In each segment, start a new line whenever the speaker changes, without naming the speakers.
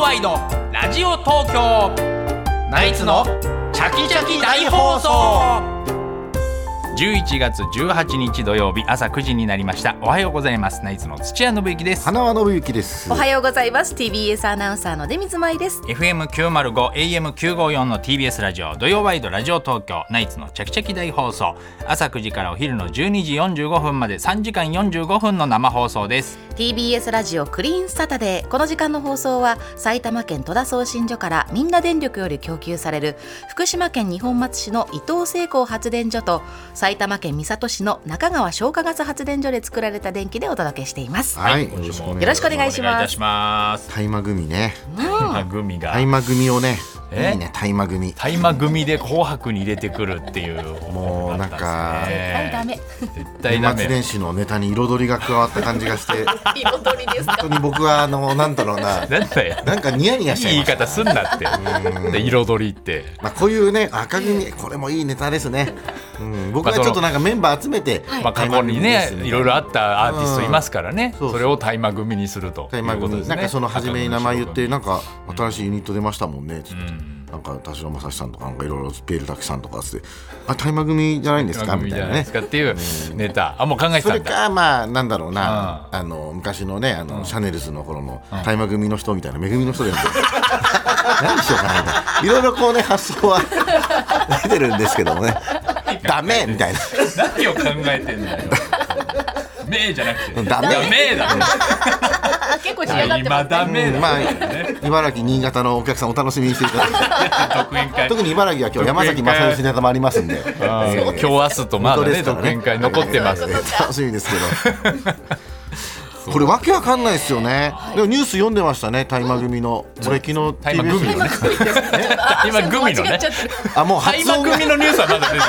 ワイドラジオ東京ナイツのチャキチャキ大放送11月18日土曜日朝9時になりましたおはようございますナイツの土屋信之です
花輪信之です
お。はようございます TBS アナウンサーの出水舞です
FM905 AM954 の TBS ラジオ土曜ワイドラジオ東京ナイツのチャキチャキ大放送朝9時からお昼の12時45分まで3時間45分の生放送です
TBS ラジオクリーンサタデーこの時間の放送は埼玉県戸田送信所からみんな電力より供給される福島県二本松市の伊東製鋼発電所と埼玉県三郷市の中川消化ガス発電所で作られた電気でお届けしています
はい、
今
よろ
週
しく
も
お願い
よろし
しま
くお願いします
いします
す。大麻組ね、
今グミが
大麻組をね、いい
え
ね、大麻組。
大麻組で紅白に入れてくるっていう
もうなんか
絶対ダメ
絶対ダ
年末
メ
年始のネタに彩りが加わった感じ がして、本
彩りです か
当に僕はあのなんだろう
な
な、
んだよ
なんかニヤニヤ
い
し
い
ちゃい
言い
ました。
方すんなってで彩りって
まあこういうね赤組これもいいネタですね。うん、僕はちょっとなんかメンバー集めて、
まあ過去にねいろいろあったアーティストいますからね
そうそう
それを大麻組にすると
大
い
麻
うこと
組、
ですね
なんかその初めに名前言ってなんか新しいユニット出ましたもんね。つって
ん
なんか田代正史さんとかなんかいろいろペールダキさんとかつって、あ大麻組じゃないんです
大
か
麻
み
組じ
たい
ゃ
な
ないで
ね
す。かっていうネタあもう考えて
そ
た
れ
んだ
かまあなんだろうな、あの昔のねあの、シャネルズの頃の大麻組の人みたいな恵みの人で 何しようかなみたいないろいろこうね発想は 出てるんですけ どもねダメみたいな
何を考えてんだよ名じゃなくて
ダメ
いや名だね
あ結構仕上がっ
大
て
麻
ますね
ダメ
う
だ
んまあ茨城新潟のお客さんお楽しみにしていただいて
独演会
特に茨城は今日山崎正義ネタもありますんで、え
あー今日
ー
明日とまだ
本当で
ね
すから
独
ね
演会残ってます
楽しみですけ どこれわけわかんないですよね、でもニュース読んでましたね大麻組の、これ昨日
大麻組
TBS
のね今グミの
間違
ね
っちゃってる
あもう
大
発
麻
音が
組のニュースはまだ出てる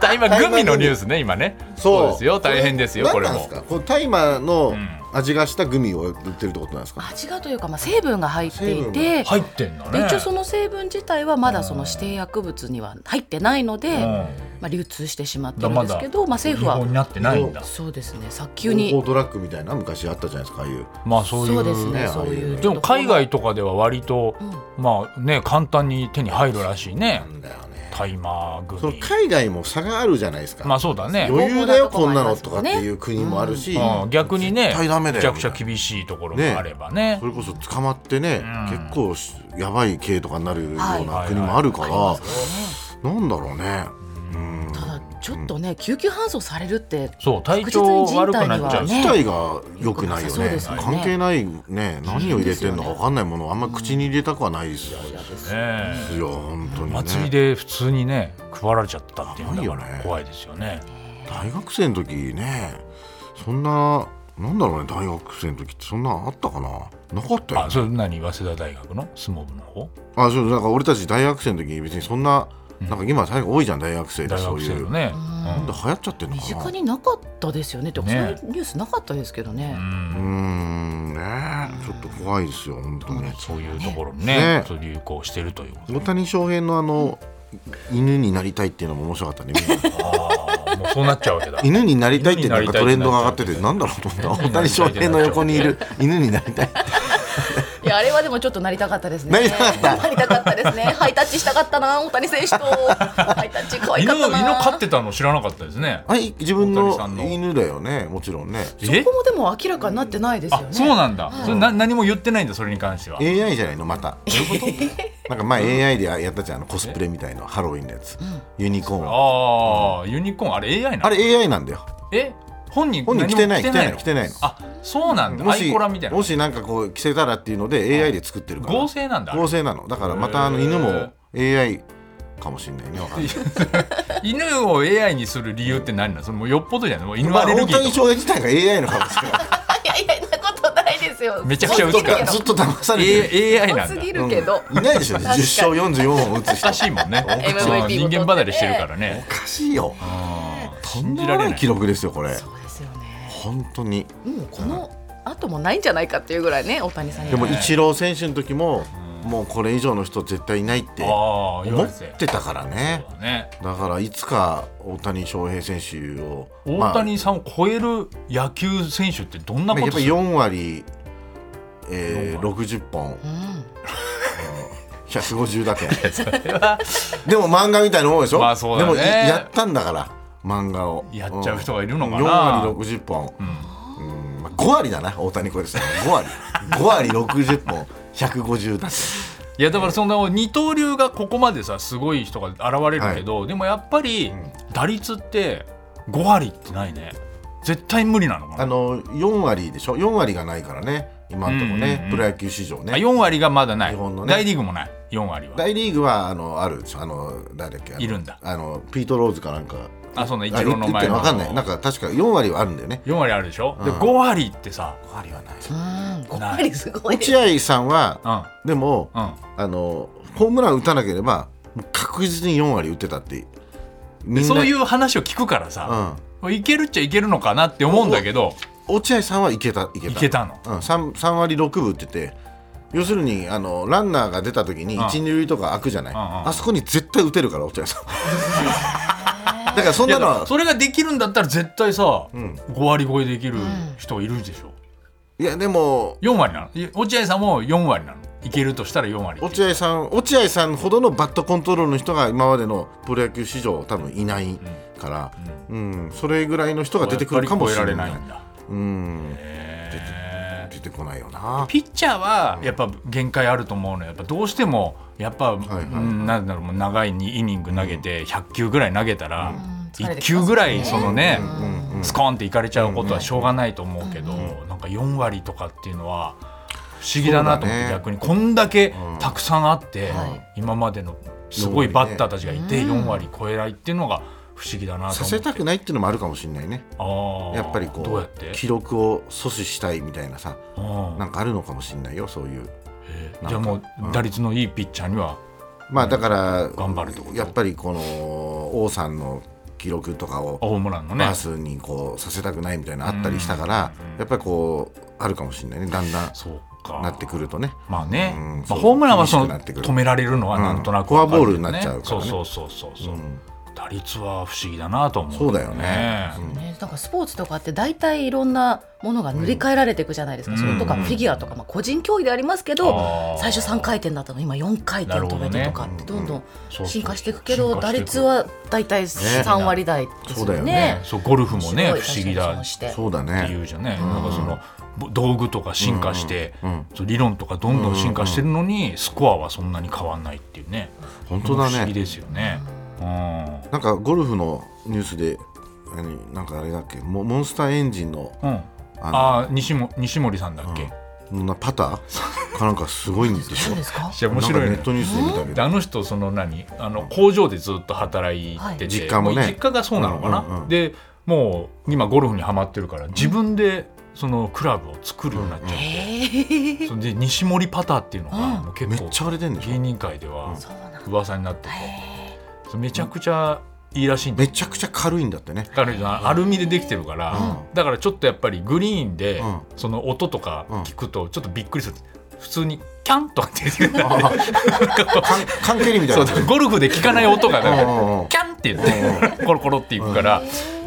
大麻組のニュースね今ねそうですよ大変ですよこれ
何なん
も
ですかこの大麻の味がしたグミを売ってるってことなんですか、
あ違うというか、まあ、成分が入っていて
入ってんだ
で
ね
一応その成分自体はまだその指定薬物には入ってないので、まあ、流通してしまってるんですけど、まあ、政府は
なって
ないんだ
そうですね早急
合
に
法ドラッグみたいな昔あったじゃないですかああいう
まあそうい
そう
う
ですね
ね
そういう
でも海外とかでは割とまあね簡単に手に入るらしいね
なんだよね
大麻
その
組
海外も差があるじゃないですか、
まあそうだね
余裕だよこんなのとかっていう国もあるし、
うん逆にね
絶対ダメだ
め
よ
ちゃくちゃ厳しいところもあればね
それこそ捕まってね、結構しやばい刑とかになるような国もあるから、なんだろうね、うん、
ただちょっとね救急搬送されるって
そう体
確実
調
に人
悪く
体に
な
は
っちゃうし
ね
自体が良くないよ
そう
ね
ですよね
関係ないね何を入れてるのか分かんないものをあんま口に入れたくはないですよ、
ね
いや本当にね
祭りで普通にね配られちゃったっていうんだ
危
か
ないよ
ら
ね
怖いですよね。
大学生の時ねそんななんだろうね大学生の時ってそんなあったかななかったよ
あ、それ何早稲田大学の相撲部の方？
あそうなんか俺たち大学生の時に別にそんな、なんか今大学多いじゃん大学生で
大
そう
学
い
生の
う、
ね。
なんで流行っちゃってんの
身
か
近
な
になかったですよねって、
ね
そういうニュースなかったですけどね、
うーんねちょっと怖いですよ本当に
そういうところにね
ね、
そう流行してるということ。
大谷翔平のあの犬になりたいっていうのも面白かったねみんな
ああ、もうそうなっちゃうわけだ。
犬になりたいってなんかトレンドが上がって
犬
て
に
なんだろうと思った
犬にな
大
り
谷
たい
翔
ってなっちゃう
平の横にいる犬になりたい
いやあれはでもちょっとなりたかったですね
なりたかった
なりたかったですねハイタッチしたかったな大谷選手とハイタッチ可愛
犬
かっ
犬
たな
飼ってたの知らなかったですね。
はい自分
大谷さ
の
んの
犬だよねもちろんね
そこもでも明らかになってないですよ
あ
ね、
そうなんだ。それな何も言ってないんだそれに関しては。
AI じゃないのまたなんか前 AI でやったじゃんあのコスプレみたいなハロウィンのやつユニコーン
ああ、ユニコーンあれ AI なの？
あれ AI なんだよ
え、本人
本人
何
着
も
てない着てない着てないの
あ、そうなんだ。
も
アイ
し
コラみたいな
も。しなんかこう着せたらっていうので AI で作ってるから
合成なんだ。あれ
合成なのだからまたあの
へー
犬も AI かもしれないねわかんない
犬を AI にする理由って何なの？それもうよっぽどじゃない。もう犬
まあ
アレル
大
ギー
谷
とか。
翔平自体が AI の可能性があ
いやいやそんなことないですよ
めちゃくちゃ嘘
る
か
ずっと騙されてる
A- AI なん
す
だ。
ぎるけど、
いないでしょ10
かに
勝44本打つ
お
人
かしいもんね
MVP
そう
も取
人
って
間離れしてるから
お
ね
かしいよとん
信
で
じ
も
ら
な
れないい
記録ですよこれ
そうですよね
本当に
もうこの後もないんじゃないかっていうぐらいね大谷さんに
で
は
もイチロー選手の時ももうこれ以上の人絶対いないって
ああ言
思
わ
っ
れて
てたからね
ね
だからいつか大谷翔平選手を
大
ま
谷さんを超える野球選手ってどんな
あ、や
こ
っ
と
ぱ
す
り
る
4割えー、60本
うん
150だけ でも漫画みたいなもんでしょ、
まあそうだね
でもいやったんだから漫画を
やっちゃう人がいるのかな
4割60本、うんまあ、5割だな大谷浩平さん5割5割60本150だけ
いやだからその二刀流がここまでさすごい人が現れるけど、でもやっぱり打率って5割ってないね絶対無理なのかな
あの4割でしょ4割がないからね今のところね、プロ野球史上
あ
ね
4割がまだない、
日本のね
大リーグもない4割は
大リーグはあのあるでしょあの誰だっけあの
いるんだ
あのピート・ローズかなんか
あそうな
あ
一郎の
言っ
前
て
の
わかんないなんか確か4割はあるんだよね
4割あるでしょ、で
うん
5割ってさ
5割はない
うん、5割すごいね
落合さんは
うん
でも、
うん
あのホームラン打たなければ確実に4割打ってたってみ、
でそういうう話を聞くから
う
さ、
ん、
いけるっちゃいけるのかなって思うんだけど
落合さんはいけたいけた
いけたの
うん、3, 3割6分打ってて要するにあのランナーが出た時に
うん
一二塁とか開くじゃない、
うんうん
あそこに絶対打てるから落 合さんだからそん
いや
なの
だか
は
らそれができるんだったら絶対さ、
ん
5割超えできる人いるでしょ
いやでも
4割なのいや落合さんも4割なのいけるとしたら4割
落合さん落合さんほどのバットコントロールの人が今までのプロ野球史上多分いないから、うんそれぐらいの人が出てくるかもしれない
やっぱり超えられないんだ
うん
へー
出てこないよな
ピッチャーはやっぱ限界あると思うのよやっぱどうしてもやっぱ、
はい
うんなんだろうもう長いにイニング投げて100球ぐらい投げたら1
ん疲れてきますね
球ぐらいそのね
うんうん
スコーンっていかれちゃうことはしょうがないと思うけどなんか4割とかっていうのは不思議だなと思っ
そ
て
うだね
逆にこんだけたくさんあって
はい
今までのすごいバッターたちがいて4割超えないっていうのが不思議だなと
さ
思
せ
った
くないっていうのもあるかもしれないね
て
やっぱりこ
どうやっ
う
て
記録を阻止したいみたいなさ
うん
なんかあるのかもしれないよそういう
じゃあもう打率のいいピッチャーには
まあだから
頑張るってこと
やっぱりこの王さんの記録とかを
ホームランのね
バースにこうさせたくないみたいなのあったりしたからやっぱりこうあるかもしれないねだんだん
そうか
なってくるとね
まあね、
うん
ま
そ
あ、
う
ホームランはその
厳しくなってくる
止められるのはなんとなく、
うんフォアボールになっちゃうから
そ
ね
うそうそうそうそう、打率は不思議だなと思う、
そうだよねうん
ね、なんかスポーツとかって大体いろんなものが塗り替えられていくじゃないですか、それとかフィギュアとか、まあ、個人競技でありますけ
あ
ど
ー
最初3回転だったの今4回転止めてとかってどんどん
そうそう
進化していくけど
進化
打
していく
率は大体3割台です
そう
よ
だよ
ね
ね。
そうゴルフもね
面白い
不思議だっ
して
そうだ
てい
ね
うじゃんね、なんかそのぼ道具とか進化して、
うんうん
そう理論とかどんどん進化してるのに、スコアはそんなに変わんないっていうね
本当だ
不思議
ね
ですよね、う
なんかゴルフのニュースで何なんかあれだっけモモンスターエンジンの
んうん、
あの
ああ西も西森さんだっけ、
な パターかなんかすごいんでし
そ
ょ
うですか
いや面白い
なんか
ね
ネットニュースで見たけ
で
ど
あの人その何あの工場でずっと働いてて、
はい
実家もね
う実家がそうなのかな、
うんうんうん
でもう今ゴルフにはまってるから自分でそのクラブを作るようになっちゃって、
えー、
それで西森パターっていうのが
うん
もう結
め
構
っちゃ荒れてんでし
芸
ょ
人界では
そうなん
噂になってて、それめちゃくちゃいいらしいんで
め
す
ちゃくちゃ軽いんだってね
彼女はアルミでできてるから、
う
だからちょっとやっぱりグリーンで
うん
その音とか聞くとちょっとびっくりする普通にキャンとかって言ってたんで
缶缶蹴りみたい
そ
な
うだからゴルフで聞かない音がだから
うんうんうん
キャンって言って コロコロっていくから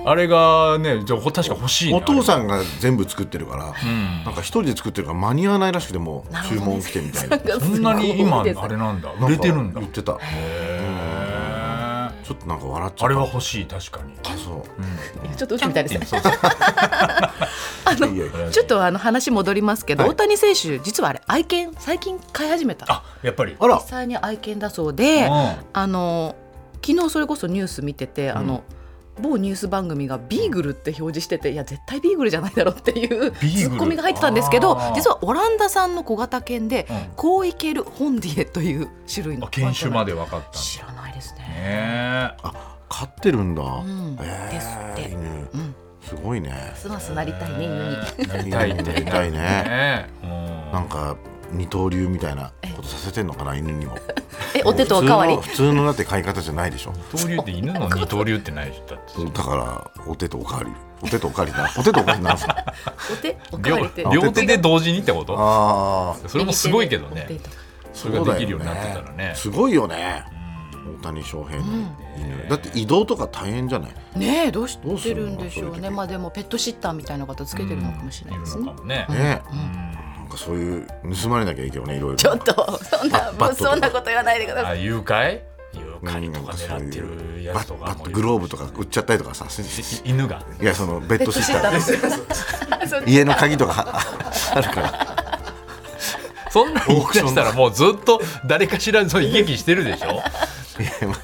あれがねじゃあ確か欲しいね
お父
あ
さんが全部作ってるから、
れうん
なんか一人で作ってるから間に合わないらしくてもう
なるほ
注
ど
文来てみたいな
だ
そんなに今あ
すごいです
れなんだ売れてるんだ
なか言ってた
へー
ちょっとなんか笑っちゃった
あれは欲しい確かに
あそう
ちょっと嘘みたいですね
そうそう
いやいや
ちょっとあの話戻りますけど、
はい
大谷選手実はあれ愛犬最近飼い始めた
あやっぱり
あら
実際に愛犬だそうで、
うん
あの昨日それこそニュース見てて、あの某ニュース番組がビーグルって表示してていや絶対ビーグルじゃないだろうっていうツ
ビーグル
ッコミが入ってたんですけど
あー
実はオランダ産の小型犬で、
うん
コウイケル・ホンディエという種類の
あ犬種ま
で
で分かったん
知らないです
だ
ね。
ね
あ飼ってるんだ、
んです
え
って
ー、犬
うん、
すごいね
ますますなりたいね犬に。
なりたいって
なりたいね
ねうん
なんか二刀流みたいなことさせてんのかな犬にも
え お手とおかわり
普通。の普通のだって飼い方じゃないでしょ
二刀流って犬の二刀流ってないでしょだって
だからお手とおかわりお手とおかわりなお手とおかわりなんで すか
お手おかわりって
両両手で同時にってこと
ああ
それもすごいけど
お手
ね
と
それができるようになってたらね
すごいよね大谷翔平の犬、だって移動とか大変じゃない
ねえどうし
どうす
て
るの
るんでしょう
そういう
ね
時
まあでもペットシッターみたいな方つけてるのかもしれないです
いる
ね
のかもね
ね、
うん
かそういう盗まれなきゃいいけどねいろいろ
ちょっとそんな
バットとか
そんなこと言わないでくだ
あ
さい
誘拐誘
うん
拐とか狙って
そう
る
いう
や
バ
つ
ッ
とか
バ
も
ットグローブとか売っちゃったりと かさしし
犬が
いやそのベッドシッ タ
ベッドシ
ー
ッターそっち
家の鍵とか あるから
そんなん言い出したらもうずっと誰かしらその悲劇してるでしょ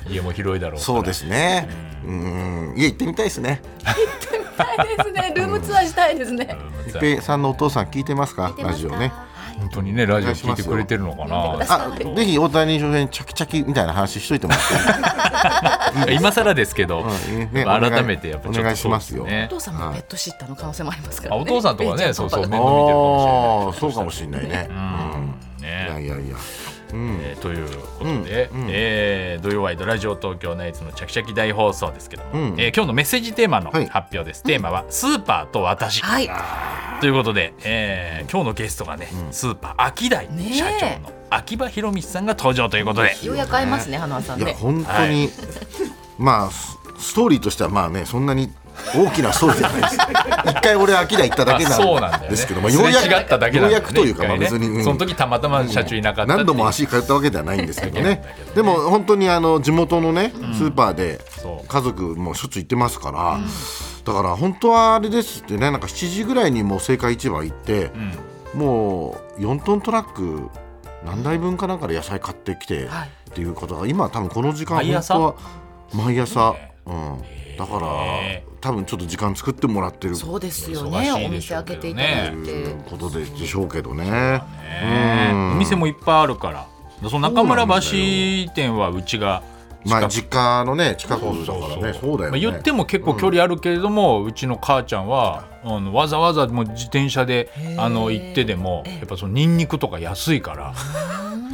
家も広いだろう
そうですねうん家行ってみたいですね
ないですねルームツアーしたいですね
一平さんのお父さん聞いてますかラジオね
本当にねラジオ聞いてくれてるのか
お願いし
な
あぜひ大谷翔平にチャキチャキみたいな話しといてもらってい い
今更ですけど、
うんね
やっぱ改めてやっぱちょっと
お願いします
そ
よ
うです
お
ね
父さんもペットシッターの可能性もありますから、
あ
ね、
お父さんとかねそうそう面倒見てるか
あ
も
あそうかもしれないね
しれ
うんい
ないね
やいやいや
えーということで、えー土曜ワイドラジオ東京ナイツのチャキチャキ大放送ですけども、
うん
えー今日のメッセージテーマの
は
発
い
表です、テーマは「スーパーと私」
はい
ということで、えー今日のゲストがね、スーパーアキダイ
ねえ
社長の秋葉弘道さんが登場ということで、
ようやく会えますね花輪さん
いや
ね
本当
は
にまあスストーリーとしてはまあねそんなに大きなストーリーじゃないで す一回俺秋田行っただけ
まあそうなんだ
な
よ
ん
ね
ですけど
すれ
ようや
違っただけなんだよね
ようやくというか
一
まあ
回ね
別にうん
その時たまたま社長いなかったってい
何
う
度も足通ったわけではないんですけどね
うん
でも本当にあの地元のねスーパーで
そう
家族もしょっちゅう行ってますから、だから本当はあれですってねなんか7時ぐらいにもう青果市場行って、もう4トントラック何台分かなんかで野菜買ってきて、
はい
っていうことが今多分この時間
毎朝
本当は毎朝、
ね
うん、だから多分ちょっと時間作ってもらってると
そうですよね
忙し
お
いで
店
しょ
開
うけ
け
ど
て
ね
いただいて、
いうことでしょうけどね。
ねお店もいっぱいあるからその中村橋店はうちが
ま
近
あ
く
実家のね近くだからねそうだよ
まあ、
ね。
言っても結構距離あるけれども、うちの母ちゃんはあのわざわざもう自転車であの行ってでもやっぱそのニンニクとか安いから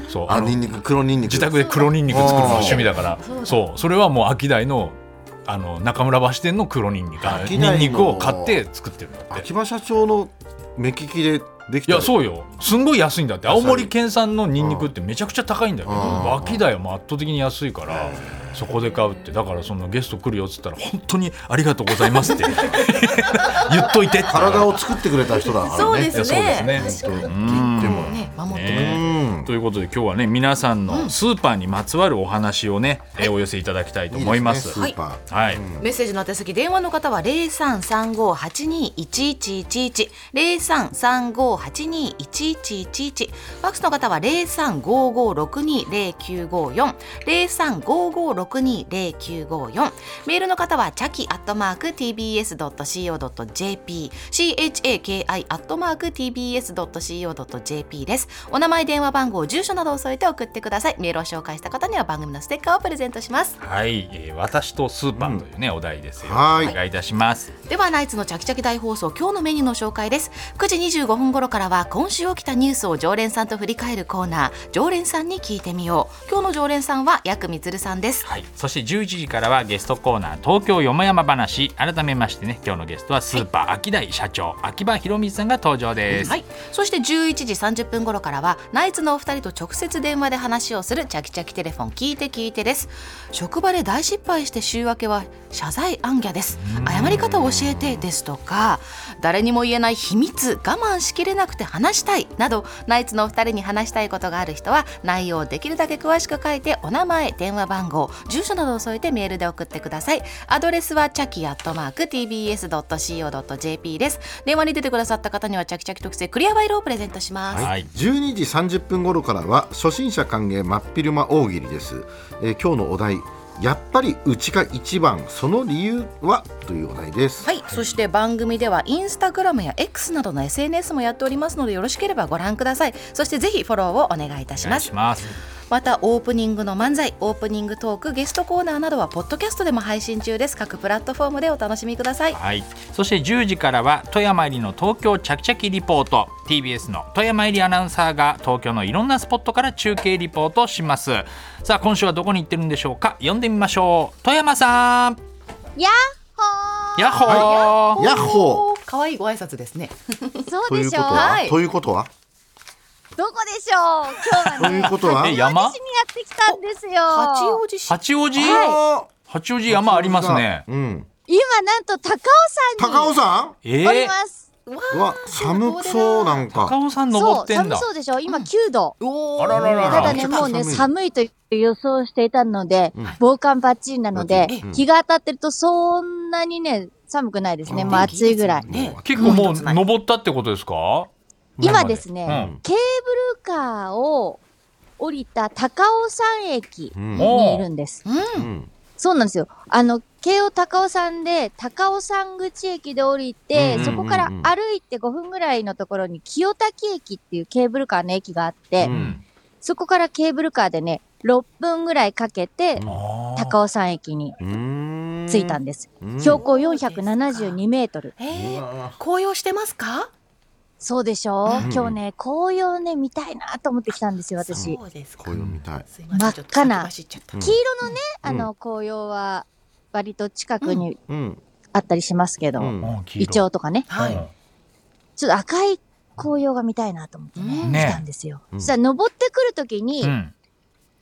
そう
あ
あの
ニンニク黒ニンニク
自宅で黒ニンニク作るのが趣味だから
そうだ
そうそれはもう秋代のあの中村橋店の黒ニンニクあの
秋
ニ
田の
ンニクを買って作ってるんだって
秋葉社長の目利きででき
い
た
やそうよすんごい安いんだって青森県産のニンニクってめちゃくちゃ高いんだけど
うん
秋田よもう圧倒的に安いからそこで買うってだからそのゲスト来るよっつったら本当にありがとうございますって 言っといてって
体を作ってくれた人だからね。
そうです
そうです
ね
ね
確かに
言っても
ね守ってもらう
ね
うん
ということで今日はね皆さんのスーパーにまつわるお話をね、えーお寄せいただきたいと思います。
いいですねスーパー、
はい、
メッセージの宛先電話の方は零三三五八二一一一一零三三五八二一一一一ファックスの方は零三五五六二零九五四零三五五六二零九五四メールの方はチャキアットマーク tbs ドット co ドット jp c h a k i アットマーク tbs ドット co ドット jp です。お名前電話番号住所などを添えて送ってください。メールを紹介した方には番組のステッカーをプレゼントします。
はいえー私とスーパーというね、お題ですよ。
はい
お願いいたします。
ではナイツのチャキチャキ大放送今日のメニューの紹介です9時25分頃からは今週起きたニュースを常連さんと振り返るコーナー常連さんに聞いてみよう今日の常連さんはヤクミツルさんです
はい、そして11時からはゲストコーナー東京よもやま話改めましてね今日のゲストはスーパーアキダイ社長秋葉弘道さんが登場です、
はい、そして11時30分頃からはナイツのお二人と直接電話で話をするチャキチャキテレフォン聞いて聞いてです職場で大失敗して週明けは謝罪暗夜です謝り方を教えてですとか誰にも言えない秘密我慢しきれなくて話したいなどナイツのお二人に話したいことがある人は内容をできるだけ詳しく書いてお名前電話番号住所などを添えてメールで送ってくださいアドレスはチャキアットマーク tbs.co.jp です電話に出てくださった方にはチャキチャキ特製クリアファイルをプレゼントします、
は
はいい、12時30分頃からは初心者歓迎真っ昼間大喜利です、えー今日のお題やっぱりうちが一番その理由はというお題です、
はい、そして番組ではインスタグラムや X などの SNS もやっておりますのでよろしければご覧くださいそしてぜひフォローをお願いいたし
お願
ま
い
す
します
またオープニングの漫才オープニングトークゲストコーナーなどはポッドキャストでも配信中です各プラットフォームでお楽しみください
はい、そして10時からは富山入りの東京ちゃきちゃきリポート TBS の富山入りアナウンサーが東京のいろんなスポットから中継リポートをしますさあ今週はどこに行ってるんでしょうか呼んでみましょう富山さん
やっ
やっほー、
ヤッホー
おー可愛いご挨拶ですね
ほーそう
とい
で
うこ
し
と
ょ
は、
う
はい
ということ は
どこでしょう今日
と
はね
いうことは
え山
私にやってきたんですよ
八王子市
八王子、
あ
八王子山ありますね
ーうん、
今なんと高尾山に
高尾さん
え
おります、
うわ
うわ寒そうなん
高
か
尾山登
そ
っ
う、
てん
寒
だ
そうでしょ今9度。
お
あ
ー
ららら
ただ
ら
ね、
めちゃくちゃ
もうね、
寒
寒いと予想していたので、防寒バッチリなので、日が当たってるとそんなにね、寒くないですね。もう暑いぐらい。
ね
結構もう
ない
登ったってことですか
今ですね、
うん
ケーブルカーを降りた高尾山駅
うん
にいるんです。
うん
そうなんですよ。あの、京王高尾山で、高尾山口駅で降りて、
うんうんうんうん
そこから歩いて5分ぐらいのところに清滝駅っていうケーブルカーの駅があって、
うん
そこからケーブルカーでね、6分ぐらいかけ
あ
て、
ー
高尾山駅に
うん
着いたんです。
うん
標高472メートル。
え
う
ー、
わ
紅葉してますか
そうでしょ
うん
今日ね、紅葉ね、見たいなと思ってきたんですよ、私。
そうですか
こういうの見たい
すいませんちょっと
真っ赤な
先走っちゃった
黄色のね、
うん
あの、紅葉は、割と近くに
うん
あったりしますけど、
うん
うん黄色
イチョウとかね。
はい、
ちょっと赤い紅葉が見たいなと思ってね、
うん
ね
来たんですよ。
うん
そしたら登ってくるときに、
うん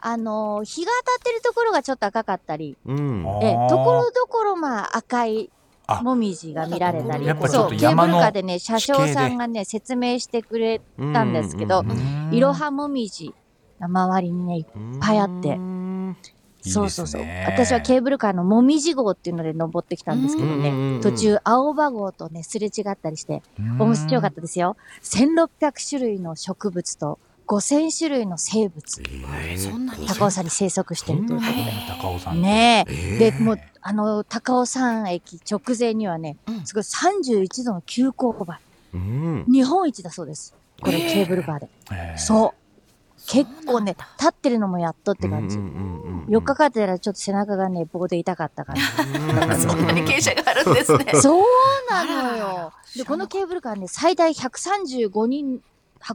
あのー日が当たってるところがちょっと赤かったり、
うん
あー
ええ、ところどころまあ赤い
あ
もみじが見られたり、
やっぱちょ
そ
っ
う、
と
ケー
山
ブ
の
ルカーでね、車掌
地
さ
形
ん
で
がね、説明してくれ
う
たんですけど、
うん
いろはもみじが周りにね、いっ
い
ぱいあってそうそうそう。私はケ
ー
ーブルカーのもみじ号っていうので登ってきたんですけど
うんうんうんう
ね
ん、
途中青葉号とね、すれ違ったりして、面白かったですよ。1600種類の植物と5000種類の生物、
そんなに
高尾山に生息してるということで。
高尾山
ねえ。
え
で、もう、あの、高尾山駅直前にはね、
うん
すごい31度の急勾配。
うん
日本一だそうです。これ、ケーブルカーで。
へー
そう。結構ね、立ってるのもやっとって感じ。4日
か
かってたらちょっと背中がね、棒で痛かったから。
そんなに傾斜があるんですね
そうなの
あら
よ。で、このケーブルカーね、最大135人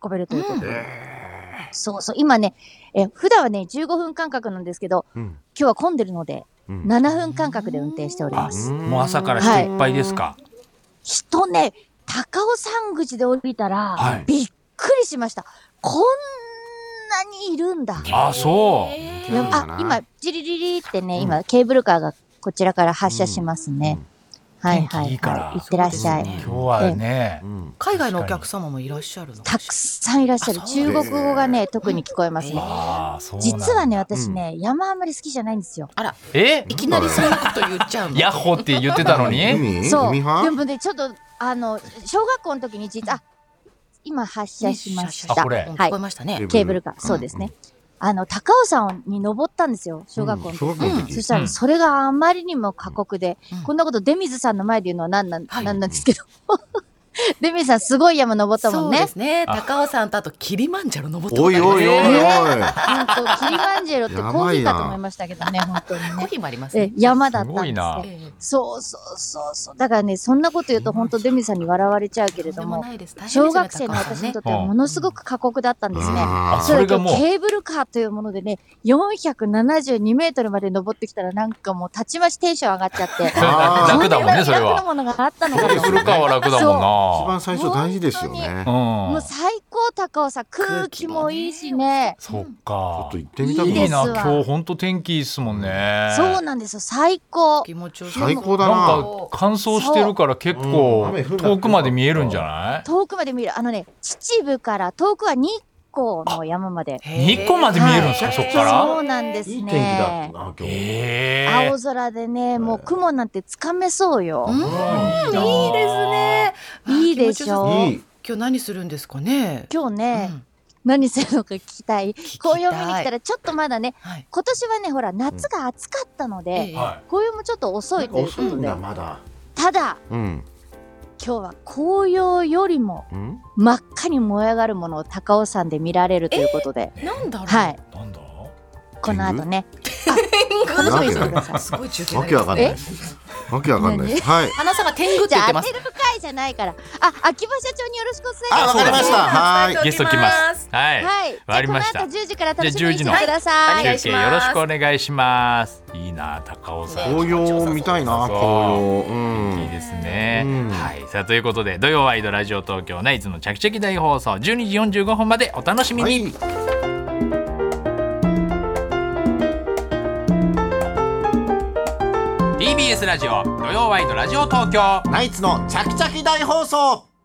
運べるということで。そうそう。今ね、え、普段はね、15分間隔なんですけど、
うん
今日は混んでるので、
うん
7分間隔で運転しており
あ
ます。
もう朝から人いっぱいですか
人ね、高尾山口で降りたら、
はい
びっくりしました。こんなにいるんだ。
あそう
いや
あ、今、ジリリリってね、今、ケーブルカーがこちらから発車しますね。はいは
天
い
気いいから
はい。いってらっしゃい。
今日はね
うん
海外のお客様もいらっしゃるの
たくさんいらっしゃる。
あそう
中国語がね、特に聞こえますね。
あーそうなんだ
実はね、私ね、山あんまり好きじゃないんですよ。
あら
え
いきなりそんなこと言っちゃうの
ヤッホーって言ってたのに
海
そう。
海
で
派
もね、ちょっと、あの、小学校の時に実は、あ今発車しました。
あこれ
うん
は
聞
い
こえ。ましたね、
ケーブルカー。そうですね。あの、高尾山に登ったんですよ、小学校の時。
うん小学校の時
そしたら、それがあまりにも過酷で、
うん
こんなこと出水さんの前で言うのはなんなん、
はい
なんなんですけど。 出水さん、すごい山登ったも
そ
ん
うで
ね
す。ね高尾山とあとキリマンジャロ登った
おいおいおいおい
ね
本当キリマンジェロってコ
やば
ーヒ
い
ー
な
かと思いましたけどね、本当に
コ ー
ね。
ヒーもあります
え
ね、
山だったんですけ
すご
ど
い
ええ
そうそうそうそう。だからね、そんなこと言うと本当デミさんに笑われちゃうけれ
と
ど
んでも
も、
ないです大変
小
ですよね
学生の私にとっ
高
てはものすごく過酷だったんですね。
あー
それ
それが
だけ
もう
ケーブルカーというものでね、472メートルまで登ってきたらなんかもうたちまちテンション上がっちゃって。
あー
楽だもんねそれ
こな
は
ものがあったのか
ケーブルカーは楽だ
一
もん
番最初大事ですよねちょ
なう
も
ん
う最高高尾さん、空気もいいしね。
そっ
っ
か
と行ってみたく
いい
い
で
い
す
な
わ
今日本当天気いいっすもんね
そうなんですよ、最高。
気持ちよさそ
最
う
高だ
なん
な
か乾燥してるから結
うん
構
雨降んなくて
遠くまで見えるんじゃない
遠くまで見る。あのね、秩父から遠くは日光の山まで。
へー
日光まで見えるんですかそっか
そ
ら
うなんですね。
いい天気だったな今日
ええ
青空でね、もう雲なんてつかめそうよ。
うんいいですねあー
いいでし
気持
ょ
ちよさそう
いい
今日何するんですかね
今日ね、
うん
何するのか聞きたい。
きたい
紅葉見に来たらちょっとまだね、
はい
今年はね、ほら、夏が暑かったの
え
で、
え
は
紅葉もちょっと遅いというこ
遅い
と
ん
で
だ、まだ
ただ、
うん
今日は紅葉よりも
うん
真っ赤に燃え上がるものを高尾山で見られるということで、
なんだろう
はい、
いなんだ
この後ね、
天
楽し
わ
みに
け
してください。
すごい中継
わけわかんないわけわかんないですはい
花さんが天狗って
じ
言
ゃ
っ
あ
て
当
ま
て
す
る会じゃないから、あ、秋葉社長によろしくお伝えください。
あわかりましたは
ゲスト来ますはい
はい。じゃあ
わかりました
この後10時から楽しみにして
じゃあ10時の
ください。
中継よろしくお願いしますいいな高尾さん
紅葉見たいな
そう
紅葉う
いい
ん
ですね、
うん
はいさあということで土曜ワイドラジオ東京ナイツのチャキチャキ大放送12時45分までお楽しみに、
はい
はい TBS ラジオ土曜ワイドラジオ東京
ナイツのチャキチャキ大放送